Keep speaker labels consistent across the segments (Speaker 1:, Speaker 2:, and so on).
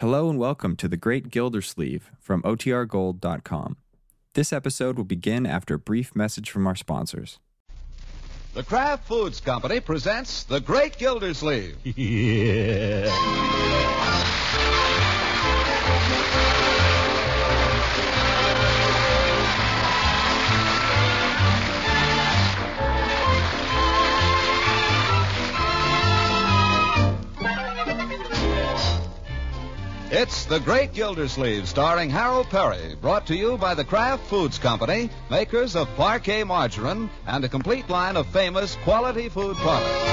Speaker 1: Hello and welcome to The Great Gildersleeve from OTRGold.com. This episode will begin after a brief message from our sponsors.
Speaker 2: The Kraft Foods Company presents The Great Gildersleeve. It's The Great Gildersleeve starring Harold Perry, brought to you by the Kraft Foods Company, makers of parquet margarine and a complete line of famous quality food products.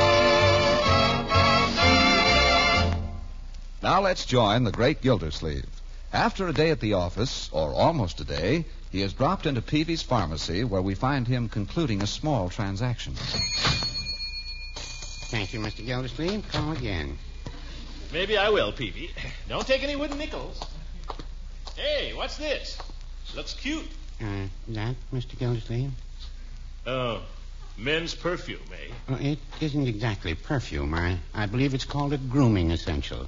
Speaker 2: Now let's join the Great Gildersleeve. After a day at the office, or almost a day, he has dropped into Peavy's pharmacy where we find him concluding a small transaction.
Speaker 3: Thank you, Mr. Gildersleeve. Call again.
Speaker 4: Maybe I will, Peavy. Don't take any wooden nickels. Hey, what's this? Looks cute.
Speaker 3: Uh, that, Mr. Gildersleeve?
Speaker 4: Oh, men's perfume, eh?
Speaker 3: Well, Oh, it isn't exactly perfume. I, I believe it's called a grooming essential.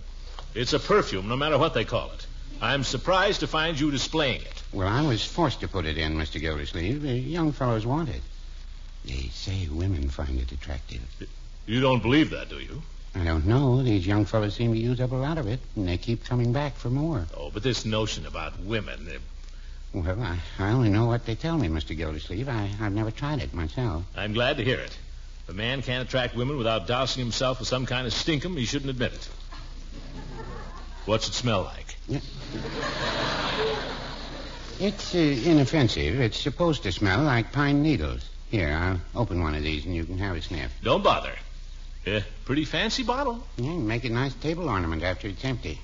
Speaker 4: It's a perfume, no matter what they call it. I'm surprised to find you displaying it.
Speaker 3: Well, I was forced to put it in, Mr. Gildersleeve. The young fellows want it. They say women find it attractive.
Speaker 4: You don't believe that, do you?
Speaker 3: I don't know. These young fellows seem to use up a lot of it, and they keep coming back for more.
Speaker 4: Oh, but this notion about women. eh,
Speaker 3: Well, I, I only know what they tell me, Mr. Gildersleeve. I, I've never tried it myself.
Speaker 4: I'm glad to hear it. If a man can't attract women without dousing himself with some kind of stinkum, he shouldn't admit it. What's it smell like?
Speaker 3: It's uh, inoffensive. It's supposed to smell like pine needles. Here, I'll open one of these, and you can have a sniff.
Speaker 4: Don't bother. Eh, pretty fancy bottle.
Speaker 3: Yeah, make a nice table ornament after it's empty.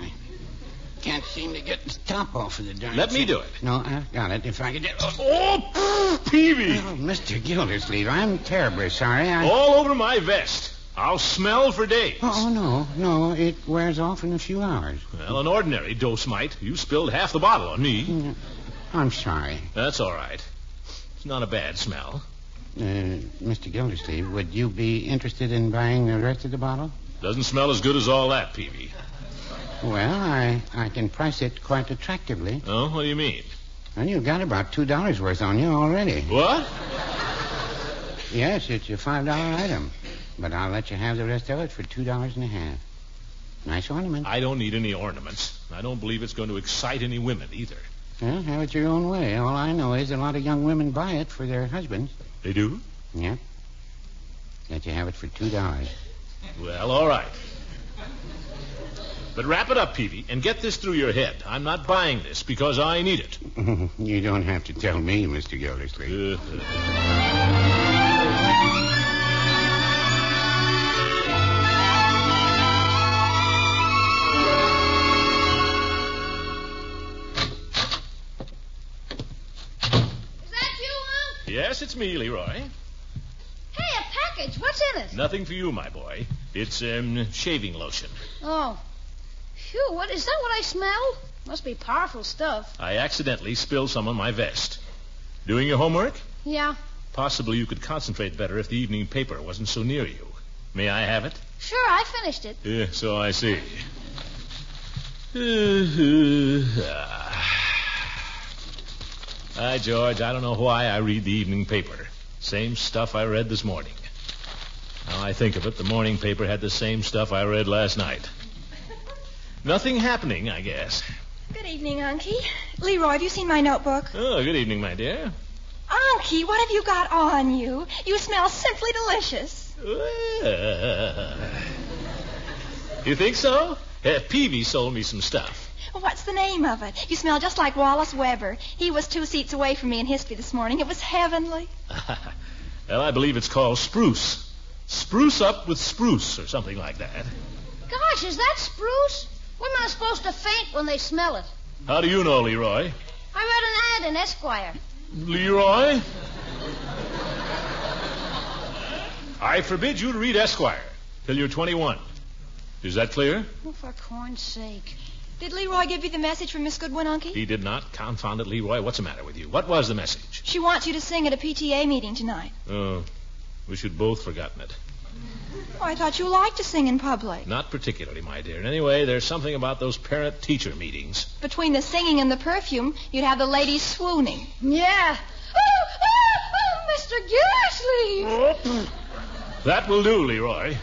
Speaker 3: I can't seem to get the top off of the darn.
Speaker 4: Let me
Speaker 3: thing.
Speaker 4: do it.
Speaker 3: No, I've got it. If I could. Oh,
Speaker 4: Oh, Peavy!
Speaker 3: oh, Mr. Gildersleeve, I'm terribly sorry. I.
Speaker 4: All over my vest. I'll smell for days.
Speaker 3: Oh, no, no, it wears off in a few hours.
Speaker 4: Well, an ordinary dose might. You spilled half the bottle on me.
Speaker 3: Mm, I'm sorry,
Speaker 4: That's all right. It's not a bad smell.
Speaker 3: uh, Mr. Gildersleeve. Would you be interested in buying the rest of the bottle?
Speaker 4: Doesn't smell as good as all that, Peavy.
Speaker 3: Well, I I can price it quite attractively.
Speaker 4: Oh, what do you mean?
Speaker 3: Well, you've got about two dollars worth on you already.
Speaker 4: What?
Speaker 3: Yes, it's a five dollar item, but I'll let you have the rest of it for two dollars and a half. Nice ornament.
Speaker 4: I don't need any ornaments. I don't believe it's going to excite any women either.
Speaker 3: Well, have it your own way. All I know is a lot of young women buy it for their husbands.
Speaker 4: They do?
Speaker 3: Yep. Let you have it for two dollars.
Speaker 4: Well, all right. But wrap it up, Peavy, and get this through your head. I'm not buying this because I need it.
Speaker 3: you don't have to tell me, Mr. Gildersleeve.
Speaker 4: Uh,
Speaker 5: Is that you, Unc?
Speaker 4: yes, it's me, Leroy.
Speaker 5: Hey, a package. What's in it?
Speaker 4: Nothing for you, my boy. It's um, shaving lotion.
Speaker 5: Oh. Phew, what is that what I smell? Must be powerful stuff.
Speaker 4: I accidentally spilled some on my vest. Doing your homework?
Speaker 5: Yeah.
Speaker 4: Possibly you could concentrate better if the evening paper wasn't so near you. May I have it?
Speaker 5: Sure, I finished it.
Speaker 4: Yeah, so I see. Uh, Hi, George. I don't know why I read the evening paper. Same stuff I read this morning. Now I think of it, the morning paper had the same stuff I read last night. Nothing happening, I guess.
Speaker 6: Good evening, Unky. Leroy, have you seen my notebook?
Speaker 4: Oh, good evening, my dear.
Speaker 6: Unky, what have you got on you? You smell simply delicious.
Speaker 4: You think so? Uh, Peavy sold me some stuff.
Speaker 6: What's the name of it? You smell just like Wallace Weber. He was two seats away from me in history this morning. It was heavenly.
Speaker 4: well, I believe it's called spruce. Spruce up with spruce or something like that.
Speaker 5: Gosh, is that spruce? Women are supposed to faint when they smell it.
Speaker 4: How do you know, Leroy?
Speaker 5: I read an ad in Esquire.
Speaker 4: Leroy? I forbid you to read Esquire till you're 21. Is that clear?
Speaker 5: Oh, for corn's sake.
Speaker 6: Did Leroy give you the message from Miss Goodwin, Unky?
Speaker 4: He did not. Confound it, Leroy. What's the matter with you? What was the message?
Speaker 6: She wants you to sing at a PTA meeting tonight.
Speaker 4: Oh, we should both forgotten it.
Speaker 6: Oh, I thought you liked to sing in public.
Speaker 4: Not particularly, my dear. And anyway, there's something about those parent teacher meetings.
Speaker 6: Between the singing and the perfume, you'd have the ladies swooning.
Speaker 5: Yeah. Oh, oh, oh, Mr. Gildersleeve!
Speaker 4: That will do, Leroy.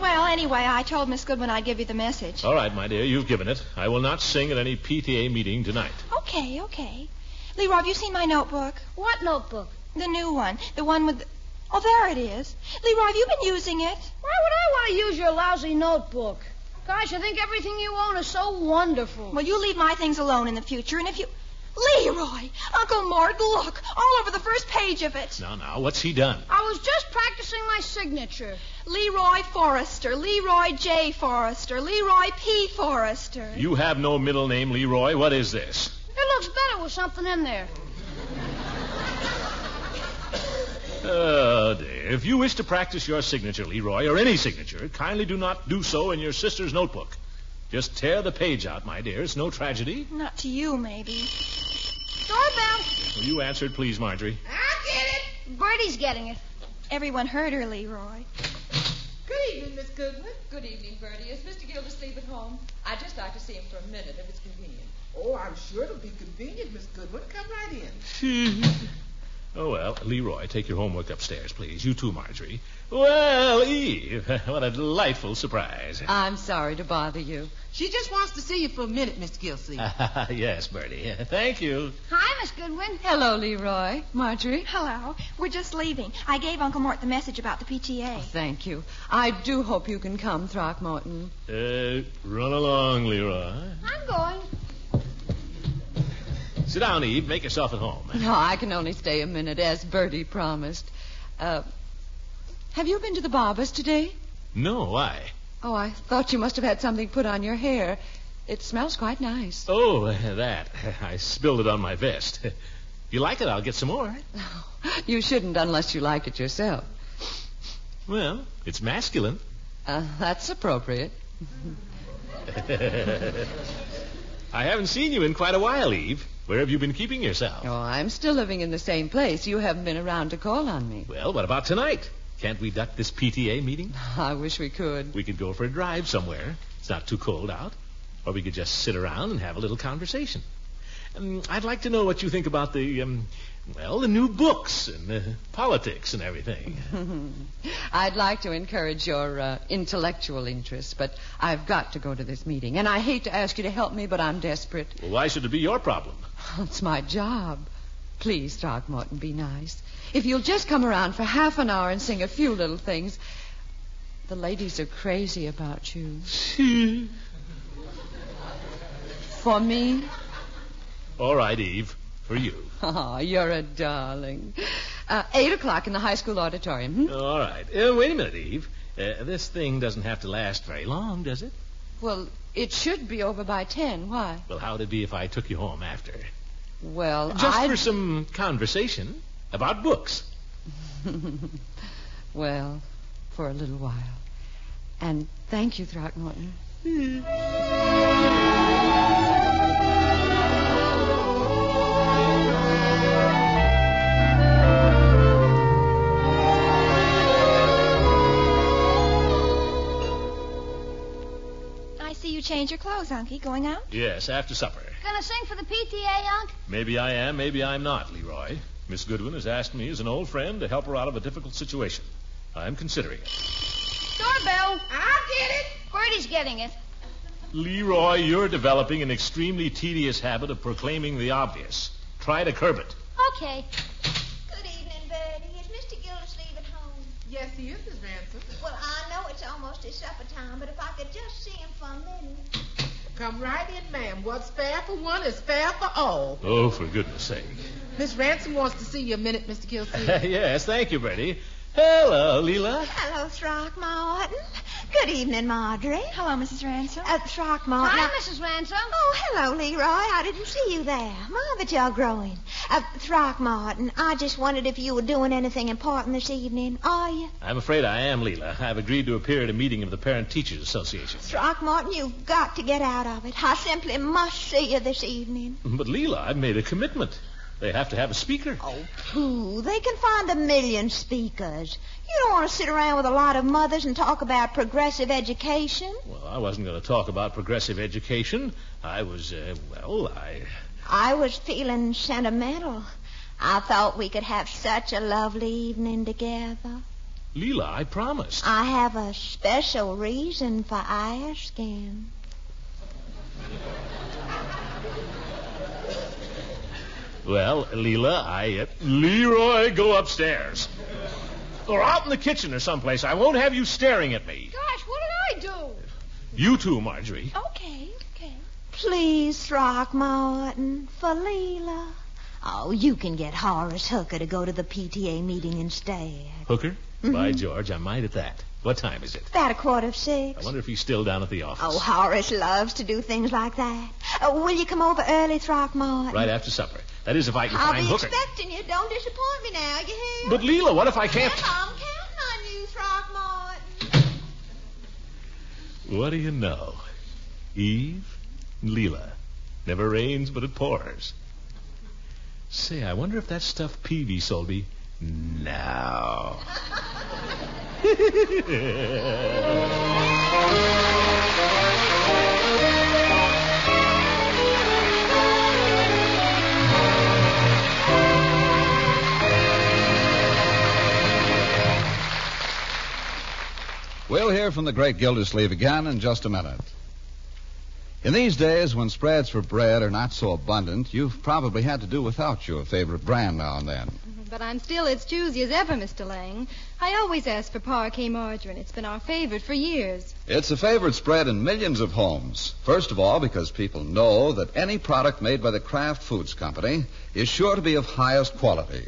Speaker 6: Well, anyway, I told Miss Goodwin I'd give you the message.
Speaker 4: All right, my dear, you've given it. I will not sing at any PTA meeting tonight.
Speaker 6: Okay, okay. Leroy, have you seen my notebook?
Speaker 5: What notebook?
Speaker 6: The new one. The one with. The... Oh, there it is. Leroy, have you been using it?
Speaker 5: Why would I want to use your lousy notebook? Gosh, I think everything you own is so wonderful.
Speaker 6: Well, you leave my things alone in the future, and if you. Leroy! Uncle Mort, look! All over the first page of it.
Speaker 4: Now, now, what's he done?
Speaker 5: I was just practicing my signature.
Speaker 6: Leroy Forrester, Leroy J. Forrester, Leroy P. Forrester.
Speaker 4: You have no middle name, Leroy. What is this?
Speaker 5: It looks better with something in there.
Speaker 4: Uh, dear, if you wish to practice your signature, Leroy, or any signature, kindly do not do so in your sister's notebook. Just tear the page out, my dear. It's no tragedy.
Speaker 6: Not to you, maybe.
Speaker 5: Doorbell!
Speaker 4: Will you answer it, please, Marjorie?
Speaker 7: I'll get it.
Speaker 5: Bertie's getting it.
Speaker 6: Everyone heard her, Leroy.
Speaker 7: Good evening, Miss Goodwin. Good evening, Bertie. Is Mr. Gildersleeve at home? I'd just like to see him for a minute if it's convenient.
Speaker 8: Oh, I'm sure it'll be convenient, Miss Goodwin. Come right in.
Speaker 4: Oh, well, Leroy, take your homework upstairs, please. You too, Marjorie. Well, Eve, what a delightful surprise.
Speaker 9: I'm sorry to bother you. Ah.
Speaker 8: She just wants to see you for a minute, Miss Gilsey.
Speaker 4: yes, Bertie. Thank you.
Speaker 5: Hi, Miss Goodwin.
Speaker 9: Hello, Leroy. Marjorie.
Speaker 6: Hello. We're just leaving. I gave Uncle Mort the message about the PTA.
Speaker 9: Thank you. I do hope you can come, Throckmorton.
Speaker 4: Uh, run along, Leroy.
Speaker 5: I'm going.
Speaker 4: Sit down, Eve. Make yourself at home.
Speaker 9: No, I can only stay a minute, as Bertie promised. Uh, have you been to the barber's today?
Speaker 4: No, why?
Speaker 9: Oh, I thought you must have had something put on your hair. It smells quite nice.
Speaker 4: Oh, that. I spilled it on my vest. If you like it, I'll get some more.
Speaker 9: You shouldn't unless you like it yourself.
Speaker 4: Well, it's masculine.
Speaker 9: Uh, that's appropriate.
Speaker 4: I haven't seen you in quite a while, Eve. Where have you been keeping yourself?
Speaker 9: Oh, I'm still living in the same place. You haven't been around to call on me.
Speaker 4: Well, what about tonight? Can't we duck this PTA meeting?
Speaker 9: I wish we could.
Speaker 4: We could go for a drive somewhere. It's not too cold out. Or we could just sit around and have a little conversation. Um, I'd like to know what you think about the, um, well, the new books and uh, politics and everything.
Speaker 9: I'd like to encourage your uh, intellectual interests, but I've got to go to this meeting. And I hate to ask you to help me, but I'm desperate.
Speaker 4: Well, why should it be your problem?
Speaker 9: It's my job. Please, Throckmorton, be nice. If you'll just come around for half an hour and sing a few little things, the ladies are crazy about you. for me?
Speaker 4: All right, Eve. For you.
Speaker 9: Oh, you're a darling. Uh, eight o'clock in the high school auditorium. hmm?
Speaker 4: All right. Uh, wait a minute, Eve. Uh, this thing doesn't have to last very long, does it?
Speaker 9: Well, it should be over by ten. Why?
Speaker 4: Well, how'd it be if I took you home after?
Speaker 9: Well,
Speaker 4: Just
Speaker 9: I'd...
Speaker 4: for some conversation about books.
Speaker 9: well, for a little while. And thank you, Throckmorton.
Speaker 6: I see you change your clothes, Unky. Going out?
Speaker 4: Yes, after supper.
Speaker 5: Gonna sing for the PTA, Unc?
Speaker 4: Maybe I am, maybe I'm not, Leroy. Miss Goodwin has asked me as an old friend to help her out of a difficult situation. I'm considering it.
Speaker 5: Doorbell!
Speaker 7: I'll get it.
Speaker 5: Bertie's getting it.
Speaker 4: Leroy, you're developing an extremely tedious habit of proclaiming the obvious. Try to curb it.
Speaker 5: Okay.
Speaker 7: Good evening, Bertie. Is Mr. Gildersleeve at home?
Speaker 8: Yes, he is, Miss Ransom.
Speaker 7: Well, I know it's almost his supper time, but if I could just see him for a minute.
Speaker 8: Come right in, ma'am. What's fair for one is fair for all.
Speaker 4: Oh, for goodness sake.
Speaker 8: Miss Ransom wants to see you a minute, Mr. Gilsey.
Speaker 4: yes, thank you, Bertie. Hello, Leela.
Speaker 6: Hello,
Speaker 7: Throckmorton. Good evening, Marjorie.
Speaker 6: Hello, Mrs. Ransom.
Speaker 7: Uh, Throckmorton.
Speaker 5: Hi,
Speaker 7: I-
Speaker 5: Mrs. Ransom.
Speaker 7: Oh, hello, Leroy. I didn't see you there. My, but you're growing. Uh, Throckmorton, I just wondered if you were doing anything important this evening. Are you?
Speaker 4: I'm afraid I am, Leela. I've agreed to appear at a meeting of the Parent Teachers Association.
Speaker 7: Throckmorton, you've got to get out of it. I simply must see you this evening.
Speaker 4: But, Leela, I've made a commitment. They have to have a speaker.
Speaker 7: Oh, pooh. They can find a million speakers. You don't want to sit around with a lot of mothers and talk about progressive education.
Speaker 4: Well, I wasn't going to talk about progressive education. I was, uh, well, I.
Speaker 7: I was feeling sentimental. I thought we could have such a lovely evening together.
Speaker 4: Leela, I promised.
Speaker 7: I have a special reason for asking.
Speaker 4: Well, Leela, I. Uh, Leroy, go upstairs. Or out in the kitchen or someplace. I won't have you staring at me.
Speaker 5: Gosh, what did I do?
Speaker 4: You too, Marjorie.
Speaker 6: Okay, okay.
Speaker 7: Please, Throckmorton, for Leela. Oh, you can get Horace Hooker to go to the PTA meeting instead.
Speaker 4: Hooker?
Speaker 5: Mm-hmm.
Speaker 4: By George, I might at that. What time is it?
Speaker 7: About a quarter of
Speaker 4: I
Speaker 7: six.
Speaker 4: wonder if he's still down at the office.
Speaker 7: Oh, Horace loves to do things like that. Uh, will you come over early, Throckmorton?
Speaker 4: Right after supper. That is, if I can
Speaker 7: I'll
Speaker 4: find
Speaker 7: be
Speaker 4: Hooker.
Speaker 7: expecting you. Don't disappoint me now, you hear?
Speaker 4: But, Leela, what if I can't?
Speaker 7: I'm counting on you, Throckmorton.
Speaker 4: What do you know? Eve, Leela. Never rains, but it pours. Say, I wonder if that stuff Peavy sold me. No.
Speaker 2: We'll hear from the great Gildersleeve again in just a minute. In these days, when spreads for bread are not so abundant, you've probably had to do without your favorite brand now and then.
Speaker 10: But I'm still as choosy as ever, Mr. Lang. I always ask for parquet margarine. It's been our favorite for years.
Speaker 2: It's a favorite spread in millions of homes. First of all, because people know that any product made by the Kraft Foods Company is sure to be of highest quality.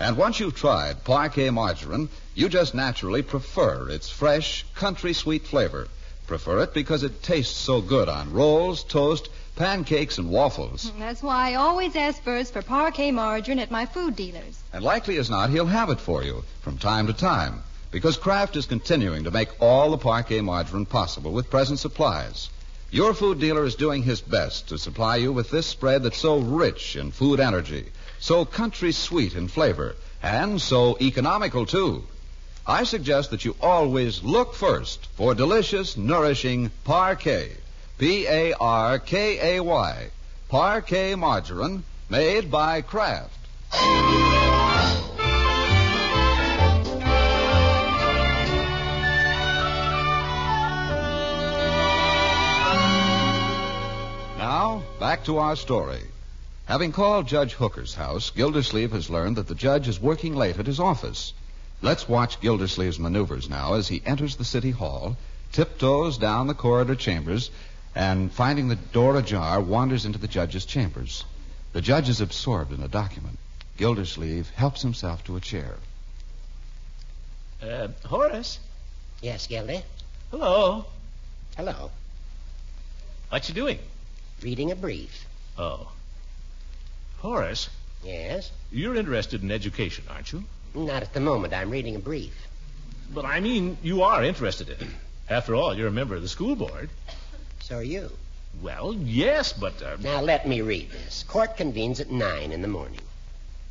Speaker 2: And once you've tried parquet margarine, you just naturally prefer its fresh, country sweet flavor. Prefer it because it tastes so good on rolls, toast, pancakes, and waffles.
Speaker 10: That's why I always ask first for parquet margarine at my food dealers.
Speaker 2: And likely as not, he'll have it for you from time to time because Kraft is continuing to make all the parquet margarine possible with present supplies. Your food dealer is doing his best to supply you with this spread that's so rich in food energy, so country sweet in flavor, and so economical, too. I suggest that you always look first for delicious, nourishing parquet. P A R K A Y. Parquet margarine made by Kraft. Now, back to our story. Having called Judge Hooker's house, Gildersleeve has learned that the judge is working late at his office. Let's watch Gildersleeve's maneuvers now as he enters the city hall, tiptoes down the corridor chambers, and finding the door ajar, wanders into the judge's chambers. The judge is absorbed in a document. Gildersleeve helps himself to a chair.
Speaker 4: Uh, Horace?
Speaker 3: Yes, Gildy.
Speaker 4: Hello.
Speaker 3: Hello.
Speaker 4: What you doing?
Speaker 3: Reading a brief.
Speaker 4: Oh. Horace,
Speaker 3: Yes?
Speaker 4: you're interested in education, aren't you?
Speaker 3: Not at the moment. I'm reading a brief.
Speaker 4: But I mean, you are interested in it. After all, you're a member of the school board.
Speaker 3: So are you.
Speaker 4: Well, yes, but uh,
Speaker 3: Now let me read this. Court convenes at nine in the morning.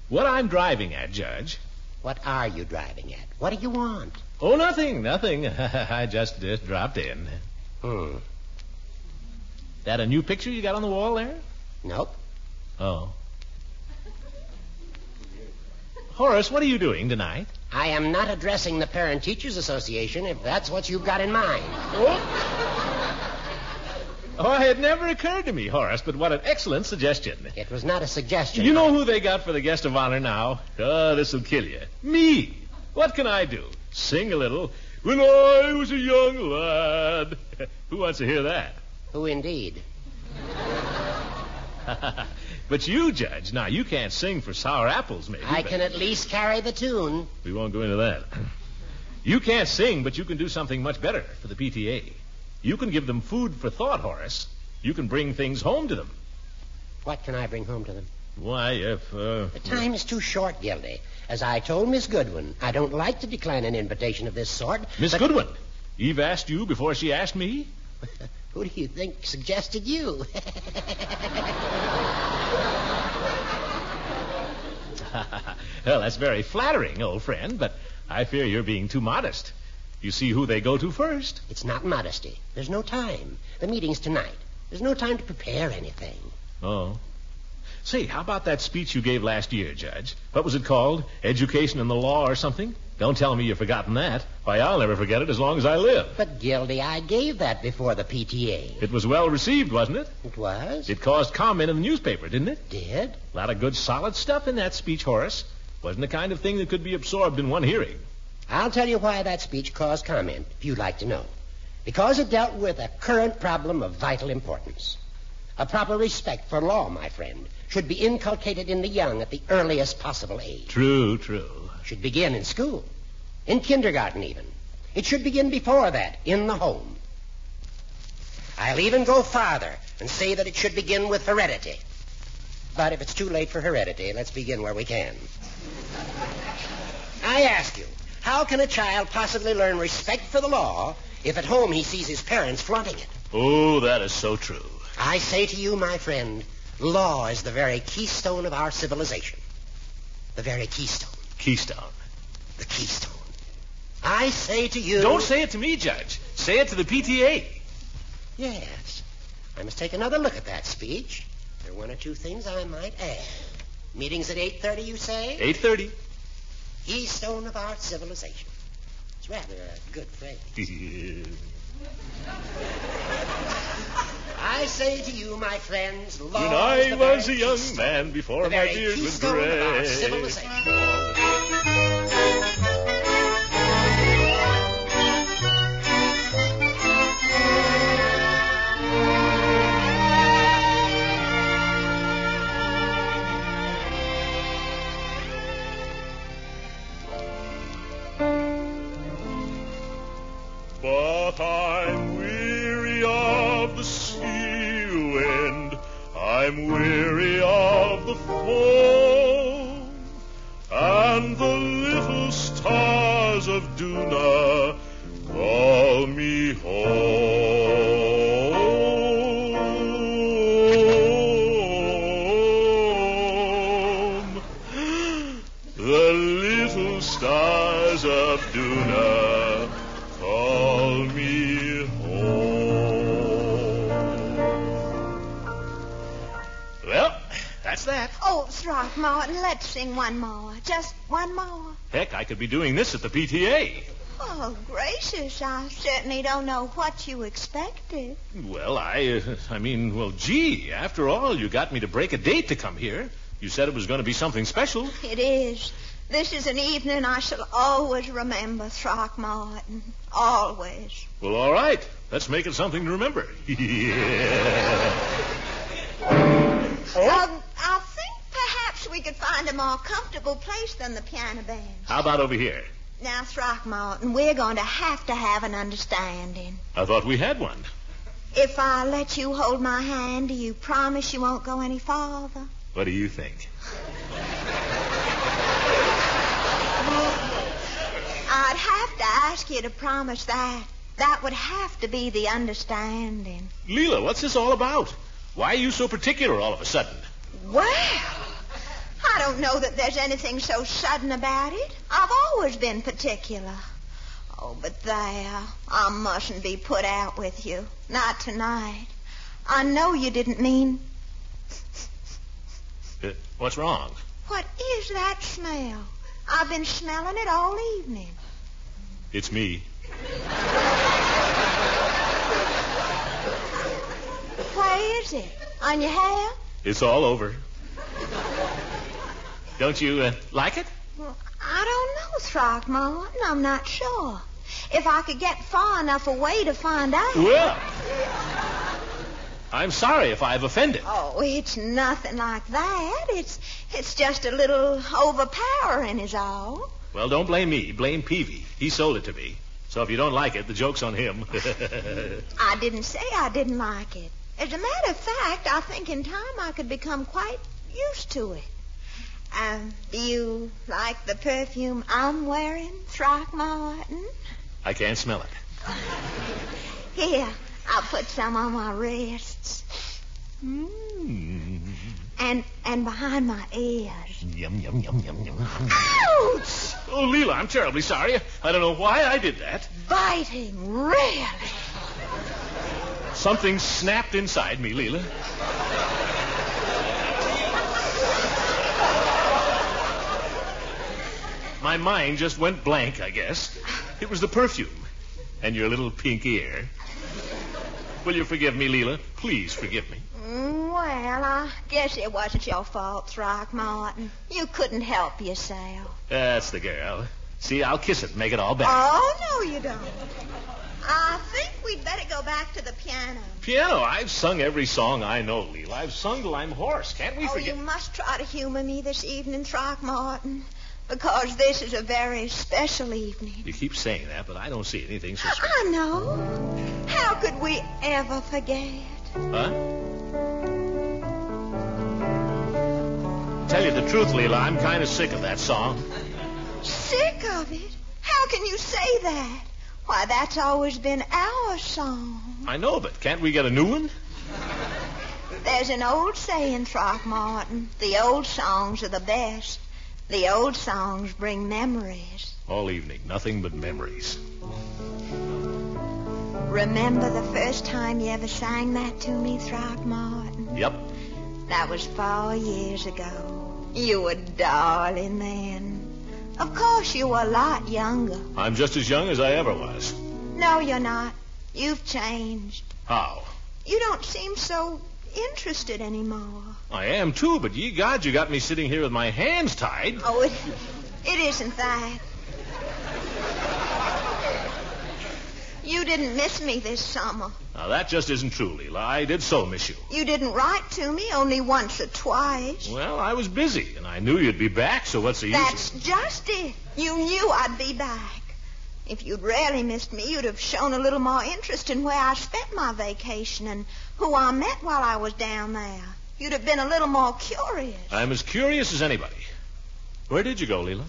Speaker 4: what I'm driving at, Judge.
Speaker 3: What are you driving at? What do you want?
Speaker 4: Oh, nothing, nothing. I just, just dropped in.
Speaker 3: Hmm.
Speaker 4: That a new picture you got on the wall there?
Speaker 3: Nope.
Speaker 4: Oh. Horace, what are you doing tonight?
Speaker 3: I am not addressing the Parent Teachers Association if that's what you've got in mind.
Speaker 4: Oh, it never occurred to me, Horace, but what an excellent suggestion.
Speaker 3: It was not a suggestion.
Speaker 4: You know who they got for the guest of honor now? Oh, this'll kill you. Me. What can I do? Sing a little. When I was a young lad. Who wants to hear that?
Speaker 3: Who indeed?
Speaker 4: but you, Judge, now you can't sing for sour apples, maybe.
Speaker 3: I
Speaker 4: but-
Speaker 3: can at least carry the tune.
Speaker 4: We won't go into that. You can't sing, but you can do something much better for the PTA. You can give them food for thought, Horace. You can bring things home to them.
Speaker 3: What can I bring home to them?
Speaker 4: Why, if uh,
Speaker 3: The time is too short, Gildy. As I told Miss Goodwin, I don't like to decline an invitation of this sort.
Speaker 4: Miss
Speaker 3: but-
Speaker 4: Goodwin, Eve asked you before she asked me.
Speaker 3: Who do you think suggested you?
Speaker 4: well, that's very flattering, old friend, but I fear you're being too modest. You see who they go to first.
Speaker 11: It's not modesty. There's no time. The meeting's tonight. There's no time to prepare anything.
Speaker 4: Oh. Say, how about that speech you gave last year, Judge? What was it called? Education and the Law or something? Don't tell me you've forgotten that. Why, I'll never forget it as long as I live.
Speaker 11: But, Gildy, I gave that before the PTA.
Speaker 4: It was well received, wasn't it?
Speaker 11: It was?
Speaker 4: It caused comment in the newspaper, didn't it?
Speaker 11: Did?
Speaker 4: A lot of good, solid stuff in that speech, Horace. Wasn't the kind of thing that could be absorbed in one hearing.
Speaker 11: I'll tell you why that speech caused comment, if you'd like to know. Because it dealt with a current problem of vital importance. A proper respect for law, my friend, should be inculcated in the young at the earliest possible age.
Speaker 4: True, true.
Speaker 11: Should begin in school, in kindergarten even. It should begin before that, in the home. I'll even go farther and say that it should begin with heredity. But if it's too late for heredity, let's begin where we can. I ask you, how can a child possibly learn respect for the law if at home he sees his parents flaunting it?
Speaker 4: Oh, that is so true.
Speaker 11: I say to you, my friend, law is the very keystone of our civilization. The very keystone.
Speaker 4: Keystone.
Speaker 11: The keystone. I say to you.
Speaker 4: Don't say it to me, Judge. Say it to the PTA.
Speaker 11: Yes. I must take another look at that speech. There are one or two things I might add. Meetings at 8.30, you say?
Speaker 4: 8.30.
Speaker 11: Keystone of our civilization. It's rather a good phrase. I say to you, my friends, law
Speaker 4: When I
Speaker 11: the
Speaker 4: was a
Speaker 11: very
Speaker 4: young
Speaker 11: keystone-
Speaker 4: man before
Speaker 11: the
Speaker 4: my
Speaker 11: very
Speaker 4: beard was
Speaker 11: keystone of our
Speaker 4: gray.
Speaker 11: civilization.
Speaker 12: But I'm weary of the sea wind. I'm weary of the foam. And the little stars of Duna call me home. The little stars of Duna call me home.
Speaker 4: Well, that's that.
Speaker 7: Oh, Throckmorton, let's sing one more. Just one more.
Speaker 4: Heck, I could be doing this at the PTA.
Speaker 7: Oh, gracious, I certainly don't know what you expected.
Speaker 4: Well, I, uh, I mean, well, gee, after all, you got me to break a date to come here. You said it was going to be something special.
Speaker 7: It is. This is an evening I shall always remember, Throckmorton. Always.
Speaker 4: Well, all right. Let's make it something to remember. yeah.
Speaker 7: Um, I think perhaps we could find a more comfortable place than the piano band.
Speaker 4: How about over here?
Speaker 7: Now, Throckmorton, we're going to have to have an understanding.
Speaker 4: I thought we had one.
Speaker 7: If I let you hold my hand, do you promise you won't go any farther?
Speaker 4: What do you think?
Speaker 7: I'd have to ask you to promise that. That would have to be the understanding.
Speaker 4: Leela, what's this all about? Why are you so particular all of a sudden?
Speaker 7: Well, I don't know that there's anything so sudden about it. I've always been particular. Oh, but there, I mustn't be put out with you. Not tonight. I know you didn't mean.
Speaker 4: Uh, what's wrong?
Speaker 7: What is that smell? I've been smelling it all evening.
Speaker 4: It's me.
Speaker 7: Where is it? On your hair?
Speaker 4: It's all over. Don't you uh, like it?
Speaker 7: Well, I don't know, Throckmorton. I'm not sure. If I could get far enough away to find out.
Speaker 4: Well, I'm sorry if I've offended.
Speaker 7: Oh, it's nothing like that. It's it's just a little overpowering is all.
Speaker 4: Well, don't blame me. Blame Peavy. He sold it to me. So if you don't like it, the joke's on him.
Speaker 7: I didn't say I didn't like it. As a matter of fact, I think in time I could become quite used to it. Um, do you like the perfume I'm wearing, Throckmorton?
Speaker 4: I can't smell it.
Speaker 7: Here, I'll put some on my wrists.
Speaker 4: Mm.
Speaker 7: and and behind my ears.
Speaker 4: Yum, yum, yum, yum, yum.
Speaker 7: Ouch!
Speaker 4: Oh, Leela, I'm terribly sorry. I don't know why I did that.
Speaker 7: Biting, really.
Speaker 4: Something snapped inside me, Leela. My mind just went blank, I guess. It was the perfume and your little pink ear. Will you forgive me, Leela? Please forgive me.
Speaker 7: Mm, Well, I guess it wasn't your fault, Throckmorton. You couldn't help yourself.
Speaker 4: That's the girl. See, I'll kiss it and make it all better.
Speaker 7: Oh, no, you don't. I think we'd better go back to the piano.
Speaker 4: Piano, I've sung every song I know, Leela. I've sung till I'm hoarse. Can't we
Speaker 7: oh, you
Speaker 4: forget?
Speaker 7: must try to humor me this evening, Throckmorton, because this is a very special evening.
Speaker 4: You keep saying that, but I don't see anything so.
Speaker 7: I know. How could we ever forget?
Speaker 4: Huh? Tell you the truth, Leela, I'm kind of sick of that song.
Speaker 7: Sick of it? How can you say that? Why, that's always been our song.
Speaker 4: I know, but can't we get a new one?
Speaker 7: There's an old saying, Throckmorton. The old songs are the best. The old songs bring memories.
Speaker 4: All evening, nothing but memories.
Speaker 7: Remember the first time you ever sang that to me, Throckmorton?
Speaker 4: Yep.
Speaker 7: That was four years ago. You were darling then. Of course, you were a lot younger.
Speaker 4: I'm just as young as I ever was.
Speaker 7: No, you're not. You've changed.
Speaker 4: How?
Speaker 7: You don't seem so interested anymore.
Speaker 4: I am too, but ye gods, you got me sitting here with my hands tied.
Speaker 7: Oh, it, it isn't that. You didn't miss me this summer.
Speaker 4: Now, that just isn't true, Leela. I did so miss you.
Speaker 7: You didn't write to me only once or twice.
Speaker 4: Well, I was busy, and I knew you'd be back, so what's the use?
Speaker 7: That's just it. You knew I'd be back. If you'd really missed me, you'd have shown a little more interest in where I spent my vacation and who I met while I was down there. You'd have been a little more curious.
Speaker 4: I'm as curious as anybody. Where did you go, Leela?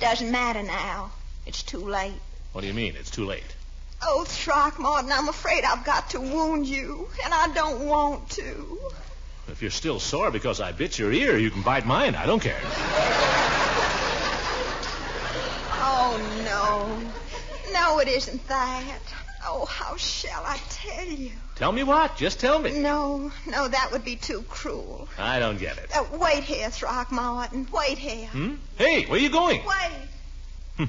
Speaker 7: Doesn't matter now. It's too late.
Speaker 4: What do you mean? It's too late.
Speaker 7: Oh, Throckmorton, I'm afraid I've got to wound you, and I don't want to.
Speaker 4: If you're still sore because I bit your ear, you can bite mine. I don't care.
Speaker 7: Oh, no. No, it isn't that. Oh, how shall I tell you?
Speaker 4: Tell me what. Just tell me.
Speaker 7: No, no, that would be too cruel.
Speaker 4: I don't get it.
Speaker 7: Uh, wait here, Throckmorton. Wait here.
Speaker 4: Hmm? Hey, where you going?
Speaker 7: Wait.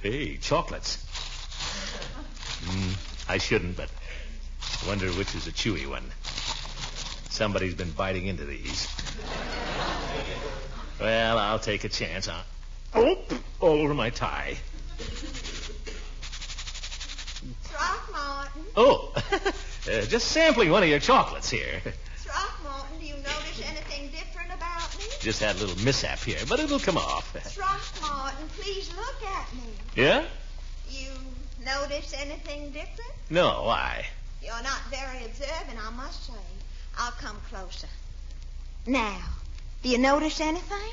Speaker 4: Hey, chocolates. Mm, I shouldn't, but wonder which is a chewy one. Somebody's been biting into these. Well, I'll take a chance. I'll... Oh, all over my tie.
Speaker 7: Throckmorton,
Speaker 4: Oh, uh, just sampling one of your chocolates here.
Speaker 7: Throckmorton, do you notice anything different about me?
Speaker 4: Just had a little mishap here, but it'll come off.
Speaker 7: Throckmorton, please look at me.
Speaker 4: Yeah?
Speaker 7: You notice anything different?
Speaker 4: No, I.
Speaker 7: You're not very observant, I must say. I'll come closer. Now, do you notice anything?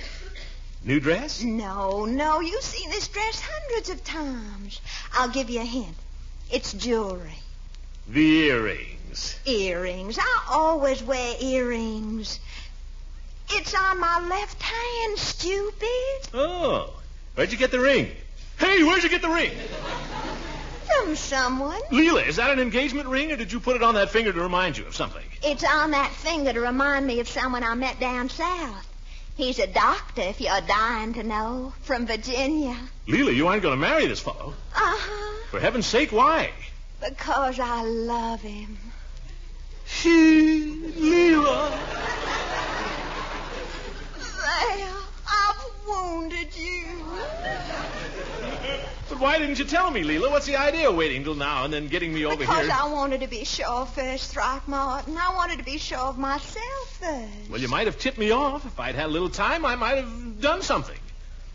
Speaker 4: New dress?
Speaker 7: No, no, you've seen this dress hundreds of times. I'll give you a hint. It's jewelry.
Speaker 4: The earrings.
Speaker 7: Earrings. I always wear earrings. It's on my left hand, stupid.
Speaker 4: Oh, where'd you get the ring? Hey, where'd you get the ring?
Speaker 7: From someone.
Speaker 4: Leela, is that an engagement ring, or did you put it on that finger to remind you of something?
Speaker 7: It's on that finger to remind me of someone I met down south. He's a doctor, if you're dying to know, from Virginia.
Speaker 4: Leela, you aren't going to marry this fellow.
Speaker 7: Uh-huh.
Speaker 4: For heaven's sake, why?
Speaker 7: Because I love him.
Speaker 4: She, Leela.
Speaker 7: There, I've wounded you.
Speaker 4: But why didn't you tell me, Leela? What's the idea of waiting till now and then getting me over
Speaker 7: Because
Speaker 4: here?
Speaker 7: I wanted to be sure first, Throckmorton. I wanted to be sure of myself first.
Speaker 4: Well, you might have tipped me off. If I'd had a little time, I might have done something.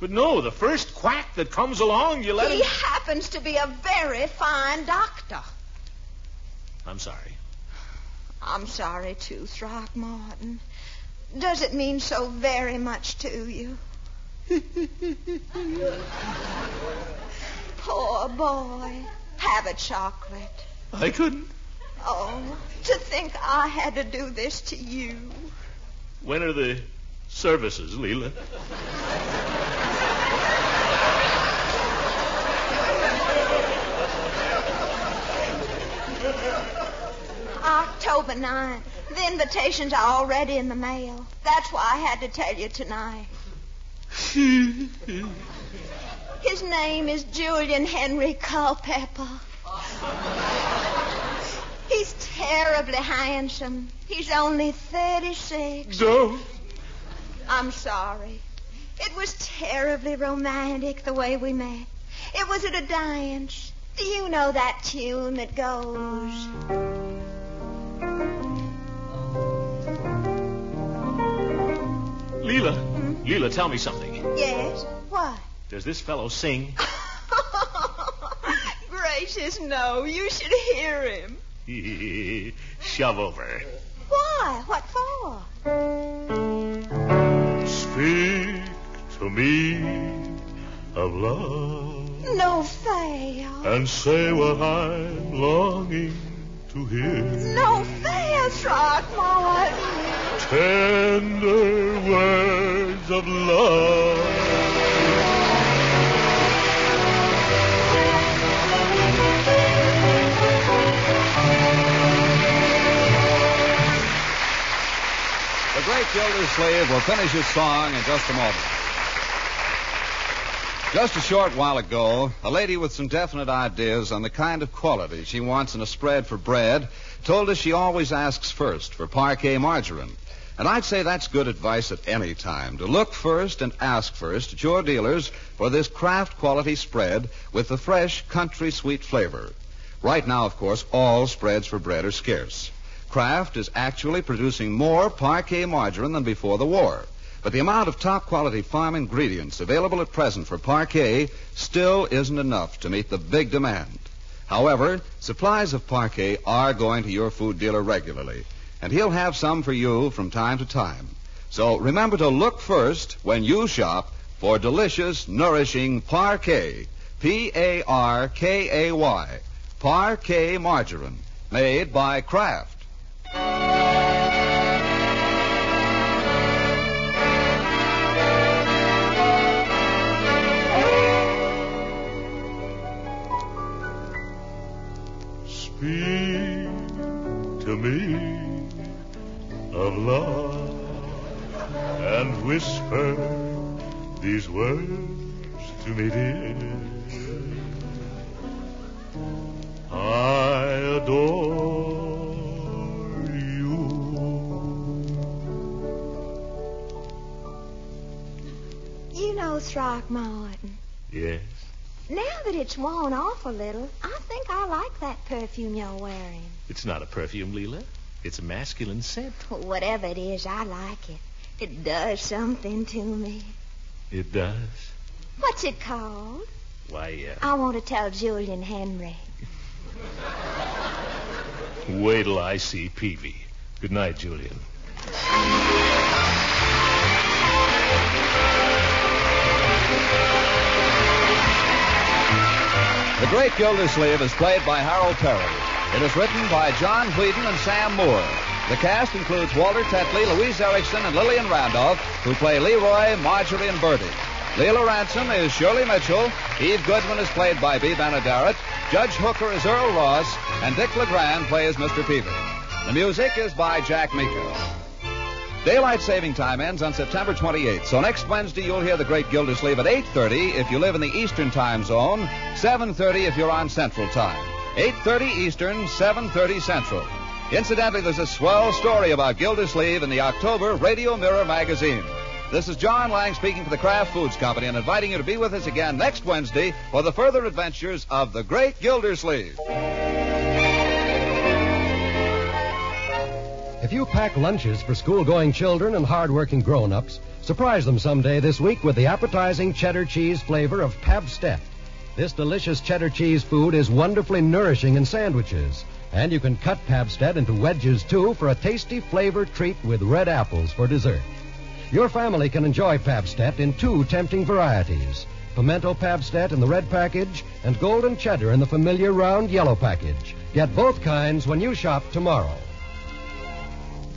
Speaker 4: But no, the first quack that comes along, you let
Speaker 7: he
Speaker 4: him.
Speaker 7: happens to be a very fine doctor.
Speaker 4: I'm sorry.
Speaker 7: I'm sorry, too, Throckmorton. Does it mean so very much to you? Poor boy. Have a chocolate.
Speaker 4: I couldn't.
Speaker 7: Oh, to think I had to do this to you.
Speaker 4: When are the services, Leela?
Speaker 7: October 9th. The invitations are already in the mail. That's why I had to tell you tonight. His name is Julian Henry Culpepper. He's terribly handsome. He's only 36.
Speaker 4: No.
Speaker 7: I'm sorry. It was terribly romantic the way we met. It was at a dance. Do you know that tune that goes?
Speaker 4: Leela, Leela, tell me something.
Speaker 7: Yes. What?
Speaker 4: Does this fellow sing?
Speaker 7: Gracious, no. You should hear him.
Speaker 4: Shove over.
Speaker 7: Why? What for?
Speaker 12: Speak to me of love
Speaker 7: No fair.
Speaker 12: and say what I'm longing to hear.
Speaker 7: No fair, Throckmorton.
Speaker 12: Tender words of love.
Speaker 2: The great Gildersleeve will finish his song in just a moment. Just a short while ago, a lady with some definite ideas on the kind of quality she wants in a spread for bread told us she always asks first for parquet margarine. And I'd say that's good advice at any time to look first and ask first at your dealers for this craft quality spread with the fresh country sweet flavor. Right now, of course, all spreads for bread are scarce. Kraft is actually producing more parquet margarine than before the war. But the amount of top quality farm ingredients available at present for parquet still isn't enough to meet the big demand. However, supplies of parquet are going to your food dealer regularly, and he'll have some for you from time to time. So remember to look first when you shop for delicious, nourishing parquet. P A R K A Y. Parquet margarine, made by Kraft.
Speaker 12: Speak to me of love and whisper these words to me, dear. I adore
Speaker 7: You know, Throckmorton,
Speaker 4: Yes.
Speaker 7: now that it's worn off a little, I think I like that perfume you're wearing.
Speaker 4: It's not a perfume, Leela. It's a masculine scent.
Speaker 7: Whatever it is, I like it. It does something to me.
Speaker 4: It does.
Speaker 7: What's it called?
Speaker 4: Why, uh,
Speaker 7: I want to tell Julian Henry.
Speaker 4: wait till I see Peavy. Good night, Julian.
Speaker 2: The Great Gildersleeve is played by Harold Perry. It is written by John Wheaton and Sam Moore. The cast includes Walter Tetley, Louise Erickson, and Lillian Randolph, who play Leroy, Marjorie, and Bertie. Leela Ransom is Shirley Mitchell. Eve Goodwin is played by B. Banadarrett. Judge Hooker is Earl Ross. And Dick LeGrand plays Mr. Peavy. The music is by Jack Meeker. Daylight saving time ends on September 28th, so next Wednesday you'll hear the Great Gildersleeve at 8.30 if you live in the Eastern Time Zone, 7.30 if you're on Central Time. 8.30 Eastern, 7.30 Central. Incidentally, there's a swell story about Gildersleeve in the October Radio Mirror magazine. This is John Lang speaking for the Kraft Foods Company and inviting you to be with us again next Wednesday for the further adventures of the Great Gildersleeve.
Speaker 13: If you pack lunches for school going children and hard-working grown ups, surprise them someday this week with the appetizing cheddar cheese flavor of Pabstet. This delicious cheddar cheese food is wonderfully nourishing in sandwiches. And you can cut Pabstet into wedges too for a tasty flavor treat with red apples for dessert. Your family can enjoy Pabstet in two tempting varieties
Speaker 2: pimento Pabstet in the red package, and golden cheddar in the familiar round yellow package. Get both kinds when you shop tomorrow.